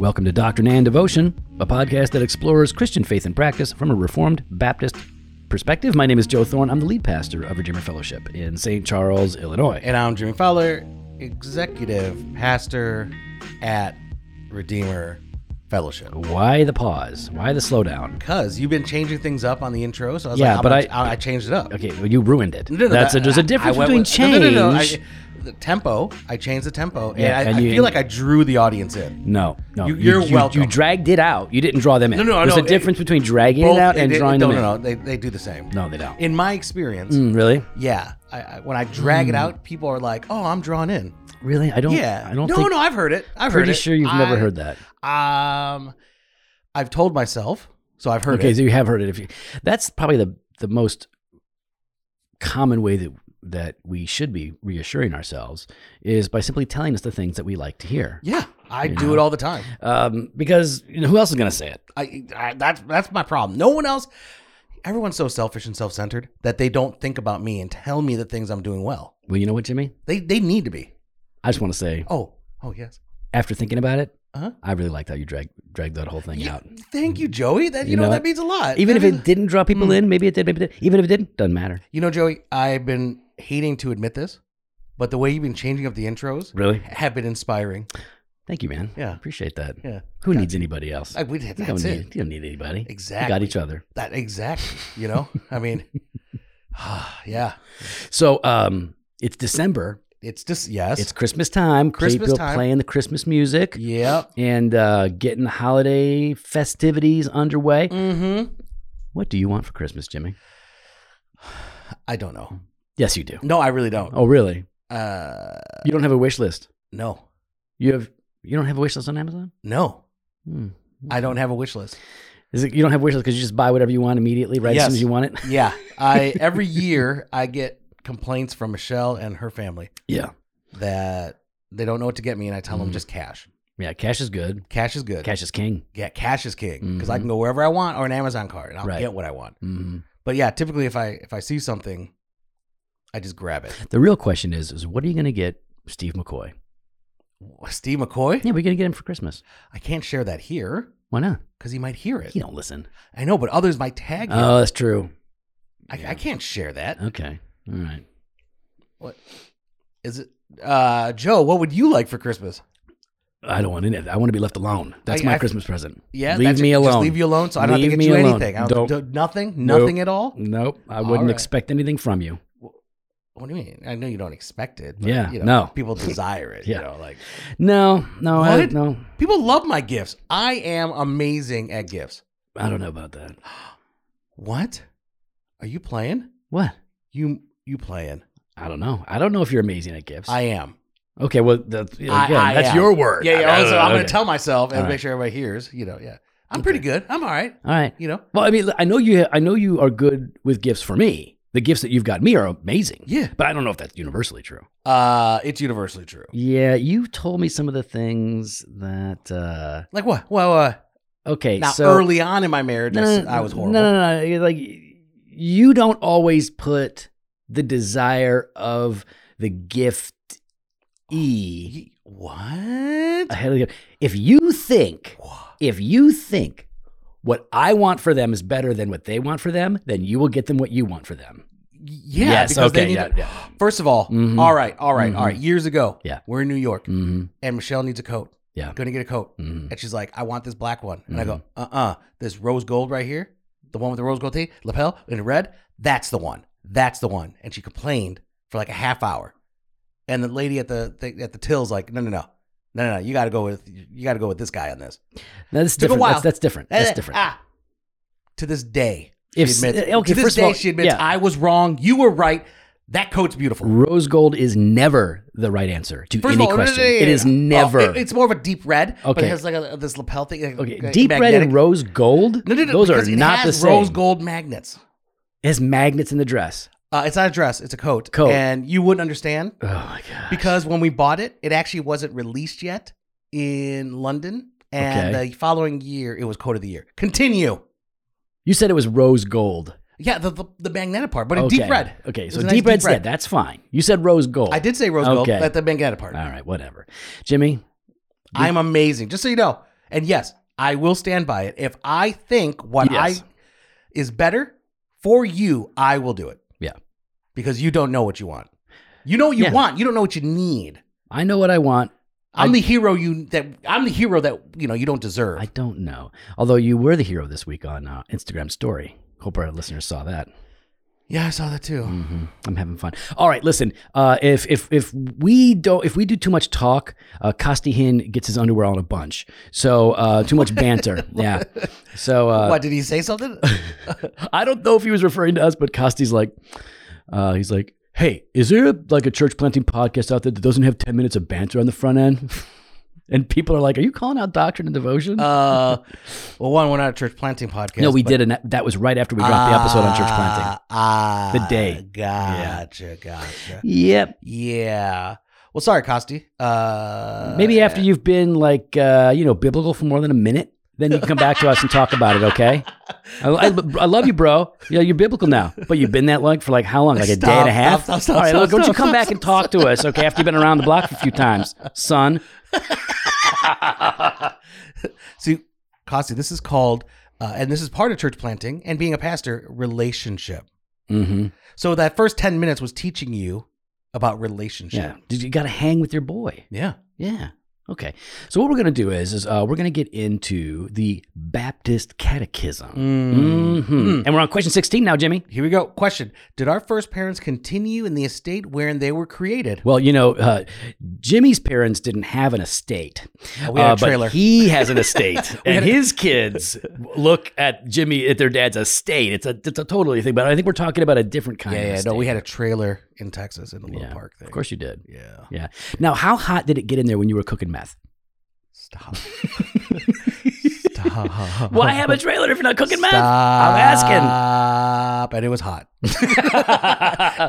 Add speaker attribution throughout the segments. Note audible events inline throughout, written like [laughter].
Speaker 1: Welcome to Doctrine and Devotion, a podcast that explores Christian faith and practice from a Reformed Baptist perspective. My name is Joe Thorne. I'm the lead pastor of Redeemer Fellowship in St. Charles, Illinois.
Speaker 2: And I'm Jimmy Fowler, executive pastor at Redeemer Fellowship.
Speaker 1: Why the pause? Why the slowdown?
Speaker 2: Because you've been changing things up on the intro, so I was
Speaker 1: Yeah,
Speaker 2: like, I'm
Speaker 1: but
Speaker 2: gonna-
Speaker 1: I-
Speaker 2: I changed it up.
Speaker 1: Okay, well, you ruined it.
Speaker 2: No, no, no,
Speaker 1: That's a,
Speaker 2: that-
Speaker 1: there's a
Speaker 2: I-
Speaker 1: difference
Speaker 2: I went
Speaker 1: between
Speaker 2: with-
Speaker 1: change.
Speaker 2: No, no, no, no, I- the tempo. I changed the tempo, and,
Speaker 1: Yeah,
Speaker 2: I,
Speaker 1: and
Speaker 2: I
Speaker 1: you-
Speaker 2: feel like I drew the audience in.
Speaker 1: No, no.
Speaker 2: You- you're
Speaker 1: you,
Speaker 2: welcome.
Speaker 1: You dragged it out. You didn't draw them in.
Speaker 2: No, no, I
Speaker 1: There's
Speaker 2: know.
Speaker 1: a difference between dragging
Speaker 2: Both-
Speaker 1: it out and
Speaker 2: they-
Speaker 1: drawing
Speaker 2: no,
Speaker 1: them in.
Speaker 2: no, no, they, they do the same.
Speaker 1: No, they don't.
Speaker 2: In my experience,
Speaker 1: Mm, really?
Speaker 2: yeah, I, I, when I drag it out, people are like, "Oh, I'm drawn in."
Speaker 1: Really? I don't.
Speaker 2: Yeah,
Speaker 1: I don't
Speaker 2: No,
Speaker 1: think.
Speaker 2: no, I've heard it. I've heard
Speaker 1: pretty
Speaker 2: it.
Speaker 1: sure you've never
Speaker 2: I-
Speaker 1: heard that.
Speaker 2: Um, I've told myself, so I've heard
Speaker 1: Okay,
Speaker 2: it.
Speaker 1: so you have heard it. If you, that's probably the the most common way that that we should be reassuring ourselves is by simply telling us the things that we like to hear.
Speaker 2: Yeah, I
Speaker 1: You
Speaker 2: do
Speaker 1: know.
Speaker 2: it all the time.
Speaker 1: Um, because you know, who else is going to say it?
Speaker 2: I, I that's that's my problem. No one else. Everyone's so selfish and self-centered that they don't think about me and tell me the things I'm doing well.
Speaker 1: Well, you know what, Jimmy?
Speaker 2: They they need to be.
Speaker 1: I just want to say,
Speaker 2: Oh, oh yes.
Speaker 1: after thinking about it,
Speaker 2: Uh-huh.
Speaker 1: I really liked how you dragged dragged that whole thing
Speaker 2: Yeah, Uh,
Speaker 1: out.
Speaker 2: thank you, Joey. That you,
Speaker 1: You
Speaker 2: know,
Speaker 1: know it.
Speaker 2: that means a lot.
Speaker 1: Even if
Speaker 2: That
Speaker 1: it
Speaker 2: means-
Speaker 1: didn't draw people
Speaker 2: mm.
Speaker 1: in, maybe it did, maybe it did. Even if it didn't, doesn't matter.
Speaker 2: you know, Joey, I've been hating to admit this, but the way you've been changing up the intros
Speaker 1: Really?
Speaker 2: have been inspiring.
Speaker 1: Thank you, man.
Speaker 2: Yeah.
Speaker 1: Appreciate that.
Speaker 2: Yeah.
Speaker 1: Who needs anybody else?
Speaker 2: I, we, that's
Speaker 1: you, don't
Speaker 2: it.
Speaker 1: need, you don't need anybody. You got
Speaker 2: Exactly.
Speaker 1: each other.
Speaker 2: That exactly. You know, I mean, [sighs] yeah.
Speaker 1: So um, it's December.
Speaker 2: It's just yes.
Speaker 1: It's Christmas time. Play-
Speaker 2: Christmas
Speaker 1: people
Speaker 2: time.
Speaker 1: playing the Christmas music
Speaker 2: yep.
Speaker 1: and uh, getting the holiday festivities underway.
Speaker 2: Mm-hmm.
Speaker 1: What do you want for Christmas, Jimmy?
Speaker 2: I don't know.
Speaker 1: Yes, you do.
Speaker 2: No, I really don't.
Speaker 1: Oh, really?
Speaker 2: Uh,
Speaker 1: You don't have a wish list.
Speaker 2: no,
Speaker 1: You have you don't have a wish list on Amazon.
Speaker 2: no.
Speaker 1: Hmm.
Speaker 2: I don't have a wish list.
Speaker 1: Is it, you don't have a wish list because you just buy whatever you want immediately, right as soon
Speaker 2: Yes.
Speaker 1: as you
Speaker 2: [laughs]
Speaker 1: want it. [laughs]
Speaker 2: Yeah, I every year I get complaints from Michelle and her family
Speaker 1: Yeah,
Speaker 2: that they don't know what to get me, and I tell them
Speaker 1: Mhm.
Speaker 2: just cash.
Speaker 1: yeah. Cash is good.
Speaker 2: Cash is good.
Speaker 1: Cash is king.
Speaker 2: Yeah, cash is king because I
Speaker 1: Mhm.
Speaker 2: can go wherever I want or an Amazon card, and I'll
Speaker 1: Right.
Speaker 2: get what I want.
Speaker 1: hmm
Speaker 2: But yeah, typically if I if I see something, I just grab it.
Speaker 1: The real question is: is what are you going to get Steve McCoy?
Speaker 2: Steve McCoy,
Speaker 1: Yeah, we're going to get him for Christmas.
Speaker 2: I can't share that here
Speaker 1: Why not?
Speaker 2: because he might hear it.
Speaker 1: He don't listen.
Speaker 2: I know, but others might tag him.
Speaker 1: Oh, that's true.
Speaker 2: I, I can't share that.
Speaker 1: Okay. All right.
Speaker 2: What is it, uh, Joe? What would you like for Christmas?
Speaker 1: I don't want it. I want to be left alone. That's
Speaker 2: I-
Speaker 1: my
Speaker 2: I-
Speaker 1: Christmas present.
Speaker 2: Yeah,
Speaker 1: leave
Speaker 2: that's
Speaker 1: me
Speaker 2: it.
Speaker 1: alone.
Speaker 2: Just leave you alone, so I don't
Speaker 1: Leave
Speaker 2: have to
Speaker 1: me
Speaker 2: get you
Speaker 1: alone.
Speaker 2: anything. I
Speaker 1: Don't-
Speaker 2: do nothing,
Speaker 1: Nope.
Speaker 2: nothing at all.
Speaker 1: Nope, I
Speaker 2: All
Speaker 1: wouldn't
Speaker 2: right.
Speaker 1: expect anything from you.
Speaker 2: What do you mean? I know you don't expect it. But,
Speaker 1: Yeah,
Speaker 2: you know,
Speaker 1: no.
Speaker 2: people desire
Speaker 1: [laughs]
Speaker 2: it.
Speaker 1: Yeah.
Speaker 2: you know, like
Speaker 1: No, no, I,
Speaker 2: What?
Speaker 1: no.
Speaker 2: people love my gifts. I am amazing at gifts.
Speaker 1: I don't know about that.
Speaker 2: What? Are you playing?
Speaker 1: What?
Speaker 2: You you playing?
Speaker 1: I don't know. I don't know if you're amazing at gifts. [laughs]
Speaker 2: I am.
Speaker 1: okay, well, that's, yeah,
Speaker 2: I-
Speaker 1: again,
Speaker 2: I
Speaker 1: that's
Speaker 2: am.
Speaker 1: your word.
Speaker 2: Yeah,
Speaker 1: I-
Speaker 2: yeah.
Speaker 1: I don't
Speaker 2: Also,
Speaker 1: know.
Speaker 2: I'm going
Speaker 1: Okay.
Speaker 2: to tell myself and
Speaker 1: All
Speaker 2: make
Speaker 1: right.
Speaker 2: sure everybody hears. You know, yeah. I'm
Speaker 1: Okay.
Speaker 2: pretty good. I'm all right.
Speaker 1: All right.
Speaker 2: You know.
Speaker 1: Well, I mean, I know you. I know you are good with gifts for me. The gifts that you've got me are amazing.
Speaker 2: Yeah.
Speaker 1: But I don't know if that's universally true.
Speaker 2: Uh, it's universally true.
Speaker 1: Yeah, you told me some of the things that. uh
Speaker 2: Like what? Well, uh,
Speaker 1: Okay,
Speaker 2: now
Speaker 1: so
Speaker 2: early on in my marriage, I s- I was horrible.
Speaker 1: No, no, no. You're Like you don't always put the desire of the gift e
Speaker 2: Ye- What?
Speaker 1: ahead of the. If you think,
Speaker 2: Wha-
Speaker 1: if you think what I want for them is better than what they want for them, then you will get them what you want for them.
Speaker 2: Yeah.
Speaker 1: Yes,
Speaker 2: because they
Speaker 1: okay,
Speaker 2: need
Speaker 1: yeah,
Speaker 2: to-
Speaker 1: yeah.
Speaker 2: First of all,
Speaker 1: Mhm.
Speaker 2: all right, all right, all
Speaker 1: Mhm.
Speaker 2: right. Years ago,
Speaker 1: Yeah.
Speaker 2: we're in New York,
Speaker 1: Mm-hmm.
Speaker 2: and Michelle needs a coat.
Speaker 1: Yeah.
Speaker 2: Gonna get a coat,
Speaker 1: mm-hmm.
Speaker 2: and she's like, "I want this black one," and I go, "Uh, uh this rose gold right here, the one with the rose gold tee, lapel in red, that's the one, that's the one." And she complained for like a half hour, and the lady at the thing at the till's like, "No, no, no." No, no, no! You got to go with you got to go with this guy on this.
Speaker 1: That's
Speaker 2: Took a
Speaker 1: different.
Speaker 2: while.
Speaker 1: That's, that's different. That's
Speaker 2: Eh,
Speaker 1: different.
Speaker 2: Ah. To this day,
Speaker 1: If
Speaker 2: she admits.
Speaker 1: s- uh, okay,
Speaker 2: to this
Speaker 1: first of
Speaker 2: day,
Speaker 1: all,
Speaker 2: she admits
Speaker 1: yeah.
Speaker 2: I was wrong. You were right. That coat's beautiful.
Speaker 1: Rose gold is never the right answer to any
Speaker 2: First of all, no, no,
Speaker 1: question.
Speaker 2: no, no,
Speaker 1: It
Speaker 2: no,
Speaker 1: is
Speaker 2: no.
Speaker 1: never.
Speaker 2: Oh, it- it's more of a deep red. but
Speaker 1: Okay.
Speaker 2: it has like a, this lapel thing. like,
Speaker 1: okay,
Speaker 2: like
Speaker 1: deep red
Speaker 2: magnetic.
Speaker 1: and rose gold.
Speaker 2: No, no, no,
Speaker 1: those are
Speaker 2: because it
Speaker 1: not the
Speaker 2: has
Speaker 1: same.
Speaker 2: Rose gold magnets.
Speaker 1: It has magnets in the dress.
Speaker 2: Uh, it's not a dress. It's a coat.
Speaker 1: Coat.
Speaker 2: And you wouldn't understand
Speaker 1: Oh my god!
Speaker 2: because when we bought it, it actually wasn't released yet in London. And
Speaker 1: Okay.
Speaker 2: the following year, it was coat of the year. Continue.
Speaker 1: you said it was rose gold,
Speaker 2: Yeah, the the, the magnetic part, but a
Speaker 1: okay.
Speaker 2: deep red.
Speaker 1: Okay,
Speaker 2: was
Speaker 1: so
Speaker 2: a
Speaker 1: deep,
Speaker 2: nice deep
Speaker 1: red's
Speaker 2: red.
Speaker 1: dead. That's fine. You said rose gold.
Speaker 2: I did say rose gold,
Speaker 1: Okay.
Speaker 2: but the magnetic part.
Speaker 1: All right, whatever. Jimmy,
Speaker 2: I'm amazing. Just so you know. And yes, I will stand by it. If I think what
Speaker 1: Yes.
Speaker 2: I is better for you, I will do it.
Speaker 1: Yeah.
Speaker 2: Because you don't know what you want. You know what you
Speaker 1: Yeah.
Speaker 2: want. You don't know what you need.
Speaker 1: I know what I want.
Speaker 2: I'm
Speaker 1: I-
Speaker 2: the hero you that I'm the hero that you know you don't deserve.
Speaker 1: I don't know. Although you were the hero this week on uh, Instagram story. Hope our listeners saw that.
Speaker 2: yeah, I saw that too.
Speaker 1: hmm I'm having fun. All right, listen. Uh, if if if we don't if we do too much talk, uh, Costihin gets his underwear on a bunch. So uh, too
Speaker 2: [laughs]
Speaker 1: much banter. yeah. So uh,
Speaker 2: what did he say [laughs] something?
Speaker 1: [laughs] I don't know if he was referring to us, but Costi's like, uh, he's like, hey, is there like a church planting podcast out there that doesn't have ten minutes of banter on the front end? [laughs] and people are like, are you calling out doctrine and devotion?
Speaker 2: uh, well, one, we're not a church planting podcast.
Speaker 1: no, we
Speaker 2: but-
Speaker 1: did, and that, that was right after we dropped the episode on church planting.
Speaker 2: Ah,
Speaker 1: The day.
Speaker 2: Gotcha, gotcha.
Speaker 1: Yep.
Speaker 2: Yeah. Well, sorry, Costi. Uh,
Speaker 1: Maybe after you've been like, uh, you know, biblical for more than a minute, then you can come back to us and talk about it. Okay. I, I, I love you, bro. Yeah, you're biblical now, but you've been that like for like how long? Like a day and
Speaker 2: Stop,
Speaker 1: a half.
Speaker 2: stop, stop, stop,
Speaker 1: All right,
Speaker 2: stop,
Speaker 1: look, why don't you
Speaker 2: stop,
Speaker 1: come
Speaker 2: stop,
Speaker 1: back and talk to us, okay? After you've been around the block a few times, son.
Speaker 2: [laughs] See, Costi, this is called, uh, and this is part of church planting and being a pastor, relationship.
Speaker 1: Mm-hmm.
Speaker 2: So that first 10 minutes was teaching you about relationship.
Speaker 1: Yeah, Dude, you got to hang with your boy.
Speaker 2: Yeah.
Speaker 1: Yeah. Okay. So what we're gonna do is, is uh, we're gonna get into the Baptist Catechism.
Speaker 2: Mm.
Speaker 1: Mhm. And we're on question 16 now, Jimmy.
Speaker 2: Here we go. Question Did our first parents continue in the estate wherein they were created?
Speaker 1: Well, you know, uh, Jimmy's parents didn't have an estate.
Speaker 2: Oh, we had a
Speaker 1: Uh, but
Speaker 2: trailer.
Speaker 1: he has an [laughs] estate, and his kids look at Jimmy at their dad's estate. It's a it's a totally thing, but I think we're talking about a different kind.
Speaker 2: yeah,
Speaker 1: of
Speaker 2: yeah.
Speaker 1: estate.
Speaker 2: No, we had a trailer in Texas in a little
Speaker 1: Yeah,
Speaker 2: park thing.
Speaker 1: Of course you did.
Speaker 2: Yeah.
Speaker 1: Yeah. Now, how hot did it get in there when you were cooking meth?
Speaker 2: [laughs] Stop. Stop.
Speaker 1: Why have a trailer if you're not cooking
Speaker 2: Stop.
Speaker 1: meth? I'm
Speaker 2: Stop. And it was [laughs] hot.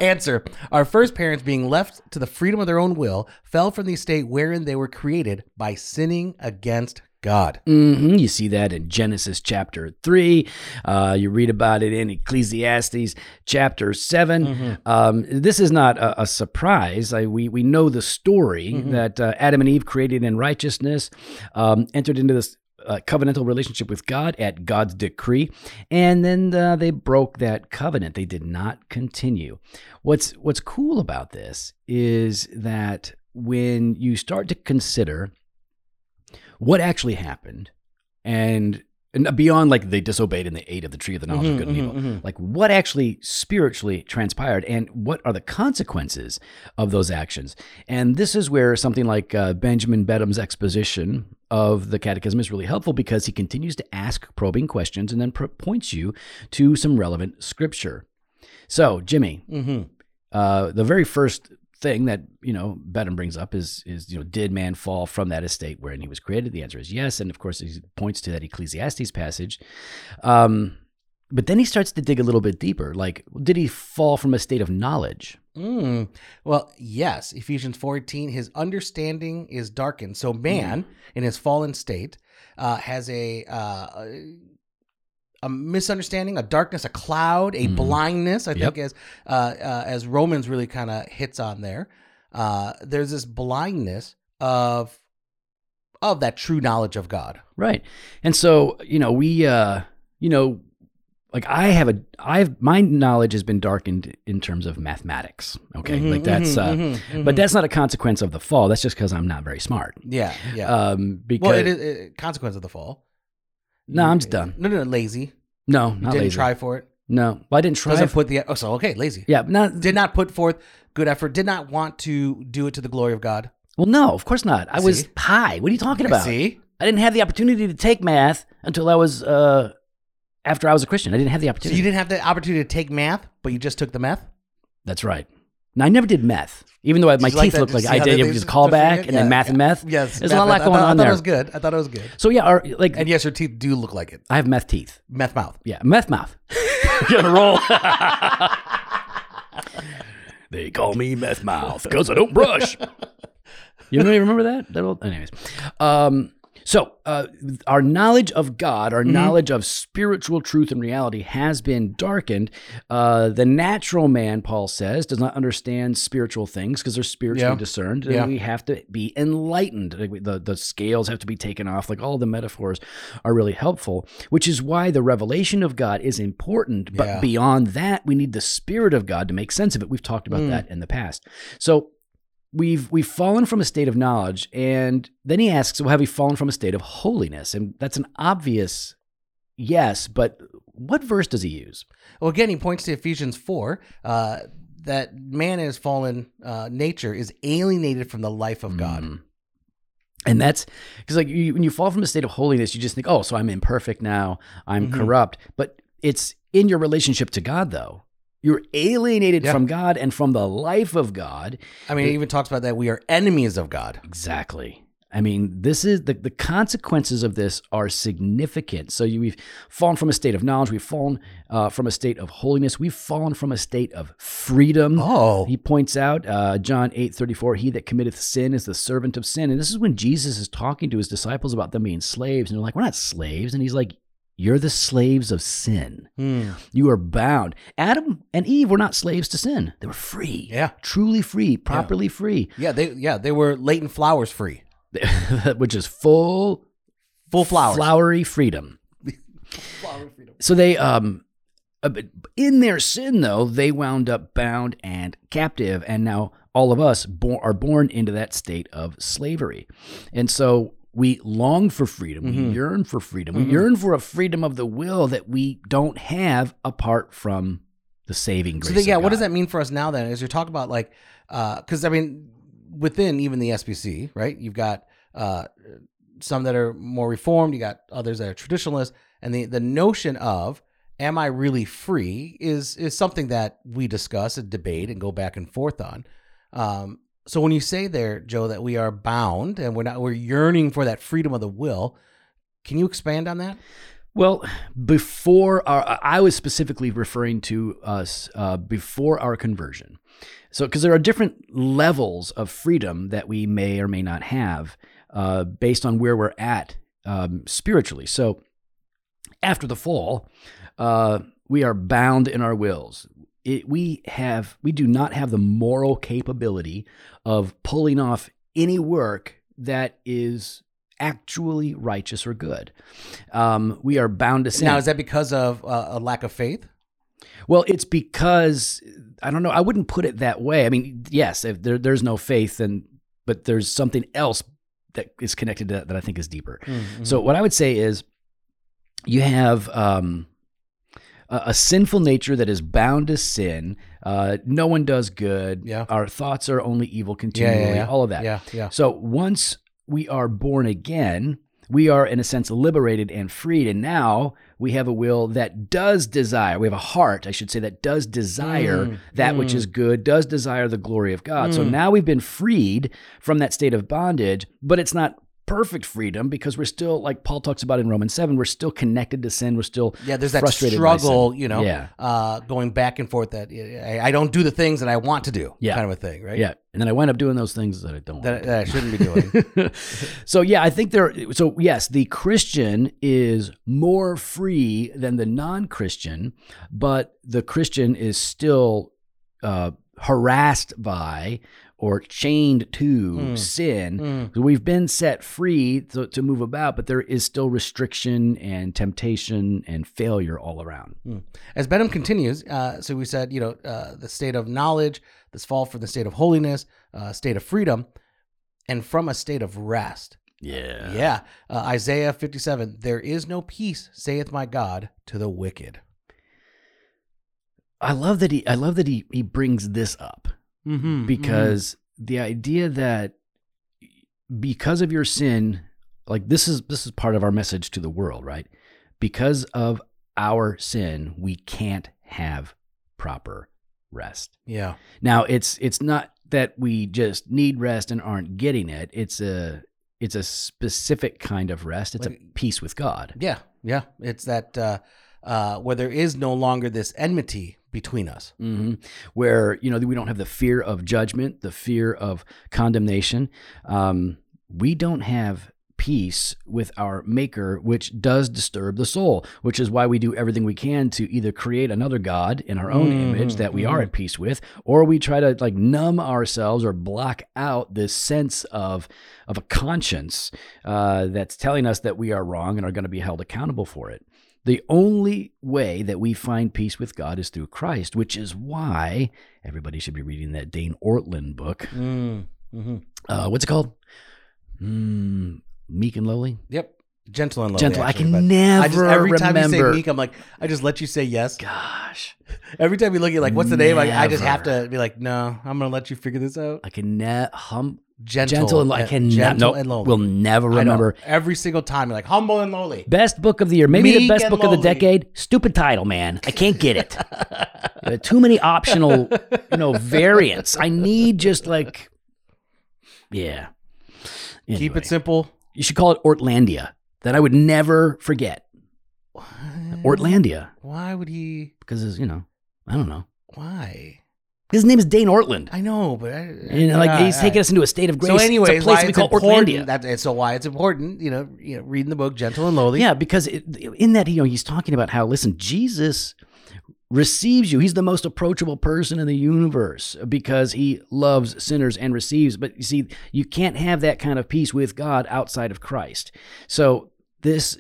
Speaker 2: Answer. Our first parents, being left to the freedom of their own will, fell from the estate wherein they were created by sinning against God.
Speaker 1: hmm You see that in Genesis chapter 3. Uh, you read about it in Ecclesiastes chapter 7. Um, this is not a, a surprise. I, we, we know the story that uh, Adam and Eve, created in righteousness, um, entered into this uh, covenantal relationship with God at God's decree, and then uh, they broke that covenant. They did not continue. What's What's cool about this is that when you start to consider what actually happened, and, and beyond like they disobeyed and they ate of the tree of the knowledge
Speaker 2: Mm-hmm,
Speaker 1: of good and evil,
Speaker 2: Mm.
Speaker 1: like what actually spiritually transpired and what are the consequences of those actions and this is where something like uh, benjamin bedham's exposition of the catechism is really helpful because he continues to ask probing questions and then pro- points you to some relevant scripture so jimmy
Speaker 2: Mm-hmm.
Speaker 1: uh, the very first thing that you know Benham brings up is is you know did man fall from that estate wherein he was created? The answer is yes, and of course he points to that Ecclesiastes passage. Um, but then he starts to dig a little bit deeper. Like, did he fall from a state of knowledge?
Speaker 2: Mm. Well, yes, Ephesians 14, his understanding is darkened.
Speaker 1: Mm.
Speaker 2: So man, in his fallen state, uh, has a uh, a misunderstanding, a darkness, a cloud, a
Speaker 1: Mhm.
Speaker 2: blindness. I
Speaker 1: Yep.
Speaker 2: think as uh, uh, as Romans really kind of hits on there. Uh, there's this blindness of of that true knowledge of God.
Speaker 1: Right. And so, you know, we uh, you know, like I have a I've my knowledge has been darkened in terms of mathematics. Okay.
Speaker 2: Mhm,
Speaker 1: like that's
Speaker 2: mhm,
Speaker 1: uh
Speaker 2: mhm, mhm.
Speaker 1: but that's not a consequence of the fall. That's just because I'm not very smart.
Speaker 2: yeah, yeah.
Speaker 1: Um because
Speaker 2: well, it is it, consequence of the fall.
Speaker 1: No, I'm just done.
Speaker 2: No, no, no lazy.
Speaker 1: No, not
Speaker 2: Didn't
Speaker 1: lazy.
Speaker 2: try for it.
Speaker 1: No, well, I didn't try.
Speaker 2: Doesn't
Speaker 1: f-
Speaker 2: put the oh, so okay, lazy.
Speaker 1: yeah, not
Speaker 2: Did not put forth good effort. Did not want to do it to the glory of God.
Speaker 1: well. No, of course not. I was
Speaker 2: See?
Speaker 1: high. What are you talking
Speaker 2: I
Speaker 1: about? I,
Speaker 2: See,
Speaker 1: didn't have the opportunity to take math until I was uh, after I was a Christian. I didn't have the
Speaker 2: so
Speaker 1: opportunity.
Speaker 2: you didn't have the opportunity to take math, but you just took the math.
Speaker 1: That's right. Now I never did math, even though I, my
Speaker 2: you like
Speaker 1: teeth
Speaker 2: that?
Speaker 1: looked like
Speaker 2: Did you
Speaker 1: I
Speaker 2: see how
Speaker 1: did.
Speaker 2: they-
Speaker 1: It
Speaker 2: they
Speaker 1: was just
Speaker 2: just
Speaker 1: call
Speaker 2: throw
Speaker 1: back
Speaker 2: it?
Speaker 1: and then
Speaker 2: Yeah,
Speaker 1: math and math.
Speaker 2: Yes,
Speaker 1: there's a lot
Speaker 2: math.
Speaker 1: like
Speaker 2: I
Speaker 1: going
Speaker 2: thought-
Speaker 1: on
Speaker 2: I thought
Speaker 1: there.
Speaker 2: it was good. I thought it was good.
Speaker 1: So yeah, our, like
Speaker 2: And yes, your teeth do look like it.
Speaker 1: I have meth teeth.
Speaker 2: Meth mouth.
Speaker 1: Yeah, meth mouth. You're on a
Speaker 2: [laughs]
Speaker 1: roll. they call me meth mouth because I don't brush. you don't even remember that? that old, anyways, um, So, uh, our knowledge of God,
Speaker 2: Mm-hmm.
Speaker 1: our knowledge of spiritual truth and reality has been darkened. Uh, the natural man, Paul says, does not understand spiritual things because they're spiritually
Speaker 2: Yeah.
Speaker 1: discerned.
Speaker 2: Yeah.
Speaker 1: We have to be enlightened. Like, we- The, the scales have to be taken off. Like all the metaphors are really helpful, which is why the revelation of God is important. But
Speaker 2: Yeah.
Speaker 1: beyond that, we need the Spirit of God to make sense of it. We've talked about
Speaker 2: Mm.
Speaker 1: that in the past. So, we've we've fallen from a state of knowledge and then he asks well have we fallen from a state of holiness and that's an obvious yes but what verse does he use
Speaker 2: Well, again, he points to Ephesians 4 uh, that man in his fallen uh, nature is alienated from the life of God.
Speaker 1: Mm. and that's because like you, when you fall from a state of holiness you just think oh so i'm imperfect now i'm
Speaker 2: Mhm.
Speaker 1: corrupt but it's in your relationship to god though you're alienated
Speaker 2: Yeah.
Speaker 1: from god and from the life of god
Speaker 2: I mean, it even talks about that we are enemies of God.
Speaker 1: Exactly. I mean, this is the, the consequences of this are significant. So you, we've fallen from a state of knowledge. We've fallen uh, from a state of holiness. We've fallen from a state of freedom.
Speaker 2: Oh,
Speaker 1: He points out uh, John eight thirty four. He that committeth sin is the servant of sin. And this is when Jesus is talking to his disciples about them being slaves. And they're like, we're not slaves. And he's like, you're the slaves of sin.
Speaker 2: Hmm.
Speaker 1: You are bound. Adam and Eve were not slaves to sin. They were free.
Speaker 2: yeah,
Speaker 1: Truly free, properly free.
Speaker 2: yeah, they yeah they were latent flowers free,
Speaker 1: [laughs] which is full
Speaker 2: full flowers.
Speaker 1: flowery
Speaker 2: [laughs]
Speaker 1: freedom.
Speaker 2: flower freedom.
Speaker 1: So they um uh, but in their sin though, they wound up bound and captive and now all of us bor- are born into that state of slavery. And so we long for freedom. We
Speaker 2: Mhm.
Speaker 1: yearn for freedom.
Speaker 2: Mhm.
Speaker 1: We yearn for a freedom of the will that we don't have apart from the saving grace.
Speaker 2: So then, yeah,
Speaker 1: of
Speaker 2: what does
Speaker 1: God.
Speaker 2: that mean for us now? Then, as you're talking about like, because I mean, within even the SBC, right? You've got uh, some that are more reformed. You got others that are traditionalists, and the the notion of am I really free is is something that we discuss and debate and go back and forth on. Um, so when you say there, Joe, that we are bound and we're not we're yearning for that freedom of the will, can you expand on that?
Speaker 1: Well, before our, I was specifically referring to us uh, before our conversion. So, because there are different levels of freedom that we may or may not have uh, based on where we're at um, spiritually. So, after the fall, uh, we are bound in our wills. It, we have we do not have the moral capability of pulling off any work that is actually righteous or good. Um, we are bound to sin.
Speaker 2: Now, is that because of uh, a lack of faith?
Speaker 1: Well, it's because I don't know. I wouldn't put it that way. I mean, yes, if there, there's no faith, and but there's something else that is connected to that that I think is deeper. So what I would say is, you have um, a, a sinful nature that is bound to sin. Uh, no one does good.
Speaker 2: Yeah.
Speaker 1: Our thoughts are only evil continually. All of that.
Speaker 2: Yeah, yeah.
Speaker 1: So once we are born again, we are in a sense liberated and freed. And now we have a will that does desire, we have a heart, I should say, that does desire
Speaker 2: Mm,
Speaker 1: that which
Speaker 2: mm.
Speaker 1: is good, does desire the glory of God. So
Speaker 2: Mm.
Speaker 1: now we've been freed from that state of bondage, but it's not perfect freedom because we're still, like Paul talks about in Romans 7, we're still connected to sin. We're still,
Speaker 2: Yeah, there's that
Speaker 1: frustrated by
Speaker 2: struggle, you know,
Speaker 1: Yeah.
Speaker 2: uh, going back and forth that I, I don't do the things that I want to do,
Speaker 1: Yeah.
Speaker 2: kind of a thing, right?
Speaker 1: yeah. And then I wind up doing those things that I don't want to
Speaker 2: That, that I shouldn't be
Speaker 1: [laughs]
Speaker 2: doing.
Speaker 1: so yeah, I think there. So yes, the Christian is more free than the non-Christian, but the Christian is still uh, harassed by or chained to
Speaker 2: Mm.
Speaker 1: sin.
Speaker 2: Mm.
Speaker 1: We've been set free to, to move about, but there is still restriction and temptation and failure all around.
Speaker 2: As Benham continues, uh, so we said, you know, uh, the state of knowledge, this fall from the state of holiness, uh, state of freedom, and from a state of rest.
Speaker 1: Yeah.
Speaker 2: Yeah. Uh, Isaiah 57 There is no peace, saith my God, to the wicked.
Speaker 1: I love that he. I love that he. He brings this up.
Speaker 2: Mm-hmm.
Speaker 1: because the idea that because of your sin like this is this is part of our message to the world right because of our sin we can't have proper rest
Speaker 2: yeah.
Speaker 1: now it's it's not that we just need rest and aren't getting it it's a it's a specific kind of rest it's a
Speaker 2: Like-
Speaker 1: peace with god
Speaker 2: Yeah, yeah. It's that uh, uh, where there is no longer this enmity between us.
Speaker 1: hmm where you know we don't have the fear of judgment, the fear of condemnation. Um, we don't have peace with our maker which does disturb the soul which is why we do everything we can to either create another god in our own
Speaker 2: Mhm,
Speaker 1: image that we
Speaker 2: mhm.
Speaker 1: are at peace with or we try to like numb ourselves or block out this sense of of a conscience uh, that's telling us that we are wrong and are going to be held accountable for it the only way that we find peace with God is through Christ, which is why everybody should be reading that Dane Ortland book.
Speaker 2: Mm, hmm
Speaker 1: Uh, what's it called? Mm, meek and lowly.
Speaker 2: Yep. Gentle and lovely.
Speaker 1: Gentle. I
Speaker 2: actually,
Speaker 1: can
Speaker 2: but
Speaker 1: never
Speaker 2: I just, every
Speaker 1: remember.
Speaker 2: time you say meek, I'm like, I just let you say yes.
Speaker 1: Gosh,
Speaker 2: Every time you look at like, what's the name? Like, I just have to be like, no, I'm gonna let you figure this out.
Speaker 1: I can ne- hum
Speaker 2: Gentle,
Speaker 1: gentle, and lo- I
Speaker 2: uh,
Speaker 1: can ne-
Speaker 2: gentle
Speaker 1: nope,
Speaker 2: and lowly.
Speaker 1: We'll never
Speaker 2: I know.
Speaker 1: remember.
Speaker 2: every single time. You're like humble and lowly.
Speaker 1: Best book of the year, maybe the
Speaker 2: Meek
Speaker 1: best
Speaker 2: and
Speaker 1: book of the
Speaker 2: lowly.
Speaker 1: decade. Stupid title, man. I can't get
Speaker 2: [laughs]
Speaker 1: it. Uh, too many optional, you know, variants. I need just like, yeah.
Speaker 2: Keep
Speaker 1: Anyway.
Speaker 2: it simple.
Speaker 1: You should call it Ortlandia. Then I would never forget
Speaker 2: Mm-hmm.
Speaker 1: Ortlandia
Speaker 2: Why would he?
Speaker 1: because it's you know I don't know.
Speaker 2: Why?
Speaker 1: His name is Dane Ortland.
Speaker 2: I know, but I,
Speaker 1: You know, like
Speaker 2: Yeah,
Speaker 1: he's
Speaker 2: I-
Speaker 1: taking us into a state of grace.
Speaker 2: So, anyways,
Speaker 1: it's a place
Speaker 2: why
Speaker 1: we
Speaker 2: it's
Speaker 1: call
Speaker 2: important.
Speaker 1: Ortlandia.
Speaker 2: That, and so why it's important? You know, you know, reading the book, gentle and lowly.
Speaker 1: Yeah, because it, in that you know he's talking about how listen Jesus receives you. He's the most approachable person in the universe because he loves sinners and receives. But you see, you can't have that kind of peace with God outside of Christ. So this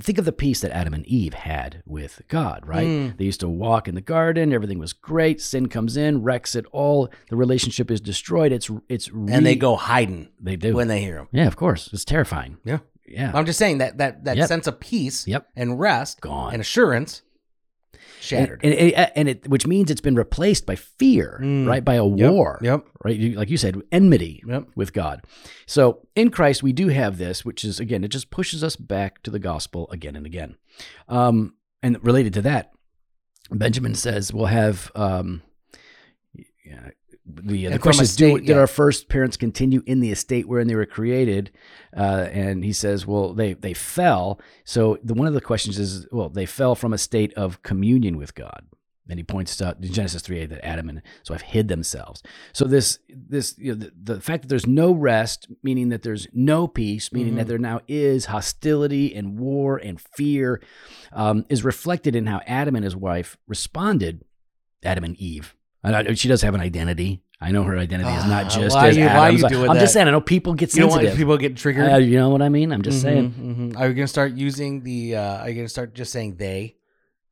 Speaker 1: think of the peace that Adam and Eve had with God, right?
Speaker 2: Mm.
Speaker 1: They used to walk in the garden, everything was great, sin comes in, wrecks it all, the relationship is destroyed. It's it's re-
Speaker 2: and they go hiding
Speaker 1: they do.
Speaker 2: when they hear him.
Speaker 1: yeah, of course. It's terrifying.
Speaker 2: Yeah.
Speaker 1: Yeah.
Speaker 2: I'm just saying that that that
Speaker 1: Yep.
Speaker 2: sense of peace
Speaker 1: Yep.
Speaker 2: and rest
Speaker 1: Gone.
Speaker 2: and assurance
Speaker 1: And-
Speaker 2: shattered.
Speaker 1: And, and, and it, which means it's been replaced by fear,
Speaker 2: Mm.
Speaker 1: right? By a
Speaker 2: Yep,
Speaker 1: war,
Speaker 2: Yep.
Speaker 1: right? You, like you said, enmity
Speaker 2: Yep.
Speaker 1: with God. So in Christ, we do have this, which is, again, it just pushes us back to the gospel again and again. Um, and related to that, Benjamin says we'll have um, yeah, the, the
Speaker 2: from
Speaker 1: question is do,
Speaker 2: estate,
Speaker 1: did
Speaker 2: yeah.
Speaker 1: our first parents continue in the estate wherein they were created? Uh, and he says, well, they they fell. So the one of the questions is, well, they fell from a state of communion with God. And he points out in Genesis 3 8 that Adam and so I've hid themselves. So this this you know, the, the fact that there's no rest, meaning that there's no peace, meaning that
Speaker 2: Mhm.
Speaker 1: there now is hostility and war and fear, um, is reflected in how Adam and his wife responded. Adam and Eve. And I, she does have an identity. I know her identity is not
Speaker 2: Ah,
Speaker 1: just
Speaker 2: why
Speaker 1: as
Speaker 2: you- why
Speaker 1: Adam's.
Speaker 2: you doing
Speaker 1: I'm
Speaker 2: that?
Speaker 1: just saying. I know people get
Speaker 2: You don't want
Speaker 1: sensitive.
Speaker 2: people getting triggered.
Speaker 1: Uh, you know what I mean? I'm just saying.
Speaker 2: Mhm, mhm. Are you going to start using the? Uh, are you going to start just saying they?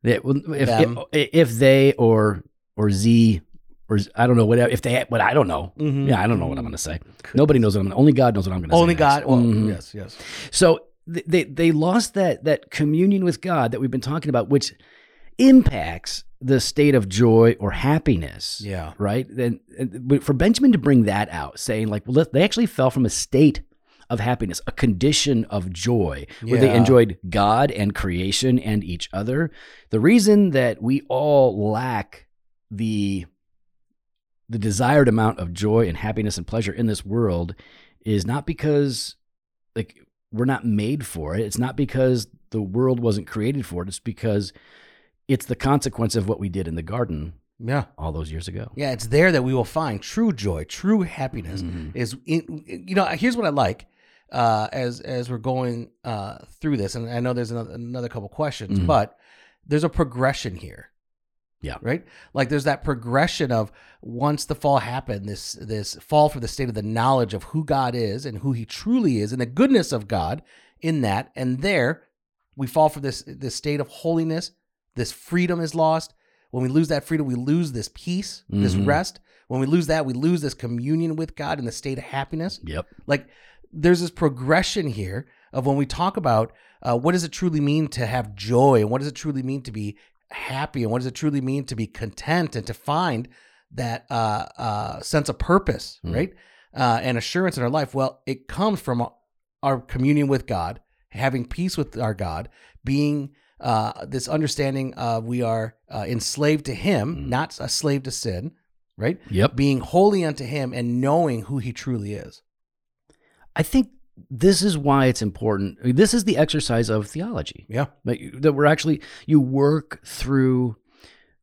Speaker 1: That, well, if,
Speaker 2: Mm-hmm. Them.
Speaker 1: if if they or or Z or Z- I don't know whatever if they but I don't know.
Speaker 2: Mm-hmm.
Speaker 1: Yeah, I don't know what I'm going to say. Nobody knows what I'm. gonna Only God knows what I'm going to say.
Speaker 2: Only
Speaker 1: next.
Speaker 2: God. Well,
Speaker 1: Mhm.
Speaker 2: yes, yes.
Speaker 1: So th- they they lost that that communion with God that we've been talking about, which impacts the state of joy or happiness.
Speaker 2: Yeah.
Speaker 1: Right. Then and- but for Benjamin to bring that out, saying like, well, look, they actually fell from a state of happiness, a condition of joy where they
Speaker 2: Yeah.
Speaker 1: enjoyed God and creation and each other. The reason that we all lack the the desired amount of joy and happiness and pleasure in this world is not because like we're not made for it. It's not because the world wasn't created for it. It's because it's the consequence of what we did in the garden
Speaker 2: Yeah.
Speaker 1: all those years ago.
Speaker 2: Yeah. It's there that we will find true joy, true happiness.
Speaker 1: Mhm.
Speaker 2: Is in, you know. Here's what I like. Uh, as as we're going uh, through this, and I know there's another, another couple questions,
Speaker 1: Mhm.
Speaker 2: but there's a progression here.
Speaker 1: Yeah.
Speaker 2: Right. Like there's that progression of once the fall happened, this this fall from the state of the knowledge of who God is and who He truly is, and the goodness of God in that, and there we fall for this this state of holiness. This freedom is lost. When we lose that freedom, we lose this peace, this
Speaker 1: Mhm.
Speaker 2: rest. When we lose that, we lose this communion with God in the state of happiness.
Speaker 1: Yep.
Speaker 2: Like there's this progression here of when we talk about uh, what does it truly mean to have joy and what does it truly mean to be happy and what does it truly mean to be content and to find that uh, uh, sense of purpose,
Speaker 1: Mm.
Speaker 2: right? Uh, and assurance in our life. Well, it comes from our communion with God, having peace with our God, being uh, this understanding uh, we are uh, enslaved to Him,
Speaker 1: Mm.
Speaker 2: not a slave to sin, right?
Speaker 1: Yep.
Speaker 2: Being holy unto Him and knowing who He truly is.
Speaker 1: I think this is why it's important. I mean, This is the exercise of theology.
Speaker 2: Yeah.
Speaker 1: Like, that we're actually you work through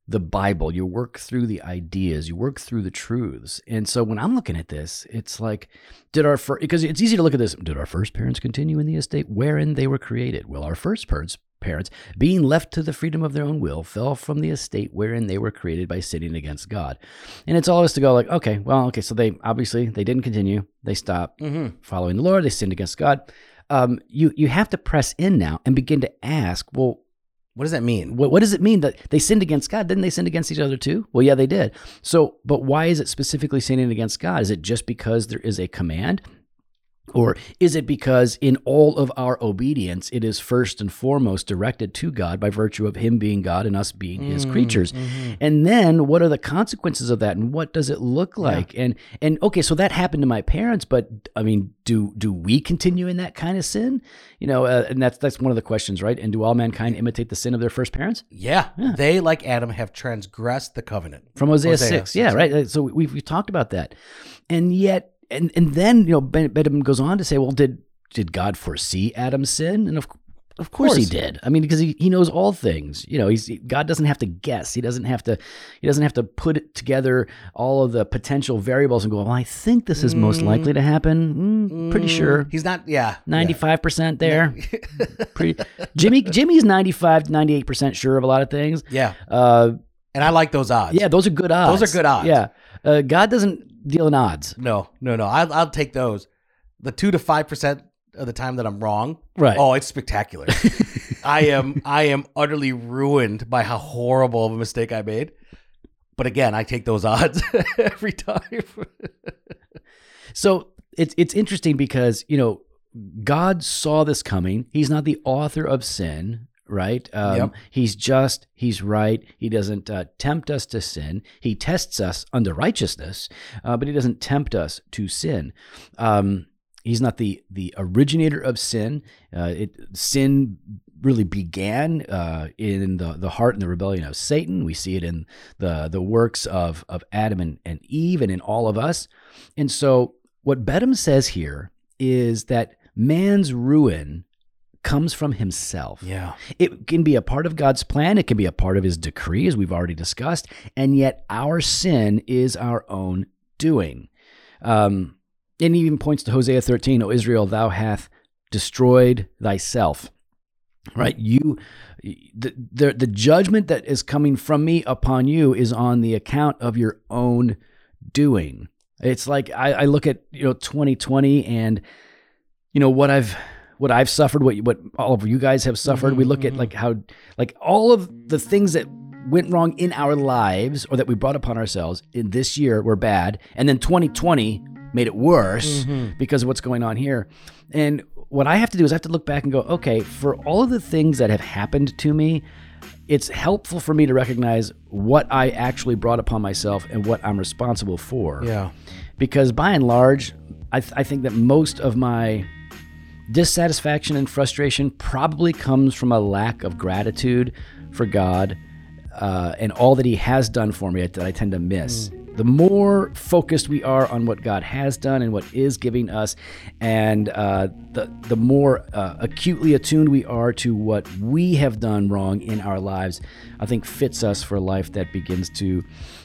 Speaker 1: the Bible, you work through the ideas, you work through the truths. And so when I'm looking at this, it's like, did our first, because it's easy to look at this, did our first parents continue in the estate wherein they were created? Well, our first parents, parents, being left to the freedom of their own will, fell from the estate wherein they were created by sinning against God. And it's always to go like, okay, well, okay, so they obviously they didn't continue, they stopped
Speaker 2: Mm-hmm.
Speaker 1: following the Lord, they sinned against God. Um, you you have to press in now and begin to ask, well,
Speaker 2: What does that mean?
Speaker 1: what, what does it mean that they sinned against God? Didn't they sin against each other too? Well, yeah, they did. So, but why is it specifically sinning against God? Is it just because there is a command? Or is it because in all of our obedience, it is first and foremost directed to God by virtue of Him being God and us being His creatures?
Speaker 2: Mhm.
Speaker 1: Mm. and then what are the consequences of that and what does it look like and and okay so that happened to my parents but i mean do do we continue in that kind of sin you know uh, and that's that's one of the questions right and do all mankind imitate the sin of their first parents
Speaker 2: Yeah.
Speaker 1: Yeah.
Speaker 2: They, like Adam, have transgressed the covenant.
Speaker 1: from hosea,
Speaker 2: Hosea
Speaker 1: 6
Speaker 2: 6,
Speaker 1: yeah
Speaker 2: yeah.
Speaker 1: right Uh, so we've, we've talked about that and yet and and then you know ben, Bedham goes on to say well did did god foresee adam's sin and of of course, he
Speaker 2: course.
Speaker 1: did. I mean, because he, he knows all things. You know, he's he- God doesn't have to guess. He doesn't have to he doesn't have to put it together all of the potential variables and go, well, I think this is most
Speaker 2: Mm.
Speaker 1: likely to happen. Mm, Pretty sure.
Speaker 2: He's not, yeah.
Speaker 1: Ninety five percent [laughs] there. Pretty, Jimmy Jimmy's ninety five to ninety eight percent sure of a lot of things.
Speaker 2: [laughs] Yeah.
Speaker 1: Uh,
Speaker 2: And I like those odds.
Speaker 1: yeah, those are good odds.
Speaker 2: Those are good odds.
Speaker 1: Yeah. Uh, God doesn't deal in odds.
Speaker 2: No, no, no. I'll, I'll take those. The two to five percent of the time that I'm wrong.
Speaker 1: Right.
Speaker 2: Oh, it's
Speaker 1: [laughs]
Speaker 2: spectacular. I am I am utterly ruined by how horrible of a mistake I made. But again, I take those [laughs] odds every time.
Speaker 1: So it's it's interesting because you know God saw this coming. He's not the author of sin, right? Um,
Speaker 2: Yep.
Speaker 1: He's just. He's right. He doesn't uh, tempt us to sin. He tests us under righteousness, uh, but he doesn't tempt us to sin. Um, he's not the the originator of sin. Uh, it sin really began uh, in the the heart and the rebellion of Satan. We see it in the the works of of Adam and, and Eve, and in all of us. And so, what Bedham says here is that man's ruin comes from himself.
Speaker 2: Yeah.
Speaker 1: It can be a part of God's plan, it can be a part of his decree, as we've already discussed, and yet our sin is our own doing. Um, and he even points to Hosea 13, O Israel, thou hath destroyed thyself. Right? You, the, the, the judgment that is coming from me upon you is on the account of your own doing. It's like I, I look at, you know, 2020 and, you know, what I've, what I've suffered, what, what all of you guys have suffered. We look at like how, like all of the things that went wrong in our lives or that we brought upon ourselves in this year were bad. And then 2020 made it worse because of what's going on here. And what I have to do is I have to look back and go, okay, for all of the things that have happened to me, it's helpful for me to recognize what I actually brought upon myself and what I'm responsible for
Speaker 2: Yeah.
Speaker 1: because by and large, I, th- I think that most of my dissatisfaction and frustration probably comes from a lack of gratitude for God uh, and all that He has done for me that I tend to miss. The more focused we are on what God has done and what is giving us, and uh, the the more uh, acutely attuned we are to what we have done wrong in our lives, I think fits us for a life that begins to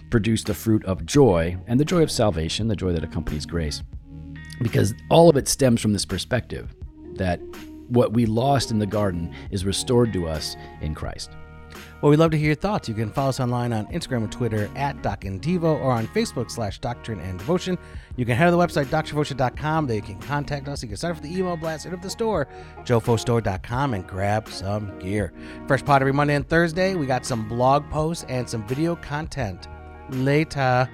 Speaker 1: produce the fruit of joy and the joy of salvation, the joy that accompanies grace because all of it stems from this perspective that what we lost in the garden is restored to us in Christ.
Speaker 2: Well, we'd love to hear your thoughts. You can follow us online on Instagram and Twitter at Doc and Devo or on Facebook slash Doctrine and Devotion. You can head to the website, drvotion.com. There you can contact us. You can sign up for the email blast, hit up the store, jofostore.com, and grab some gear. Fresh pot every Monday and Thursday. We got some blog posts and some video content. Later.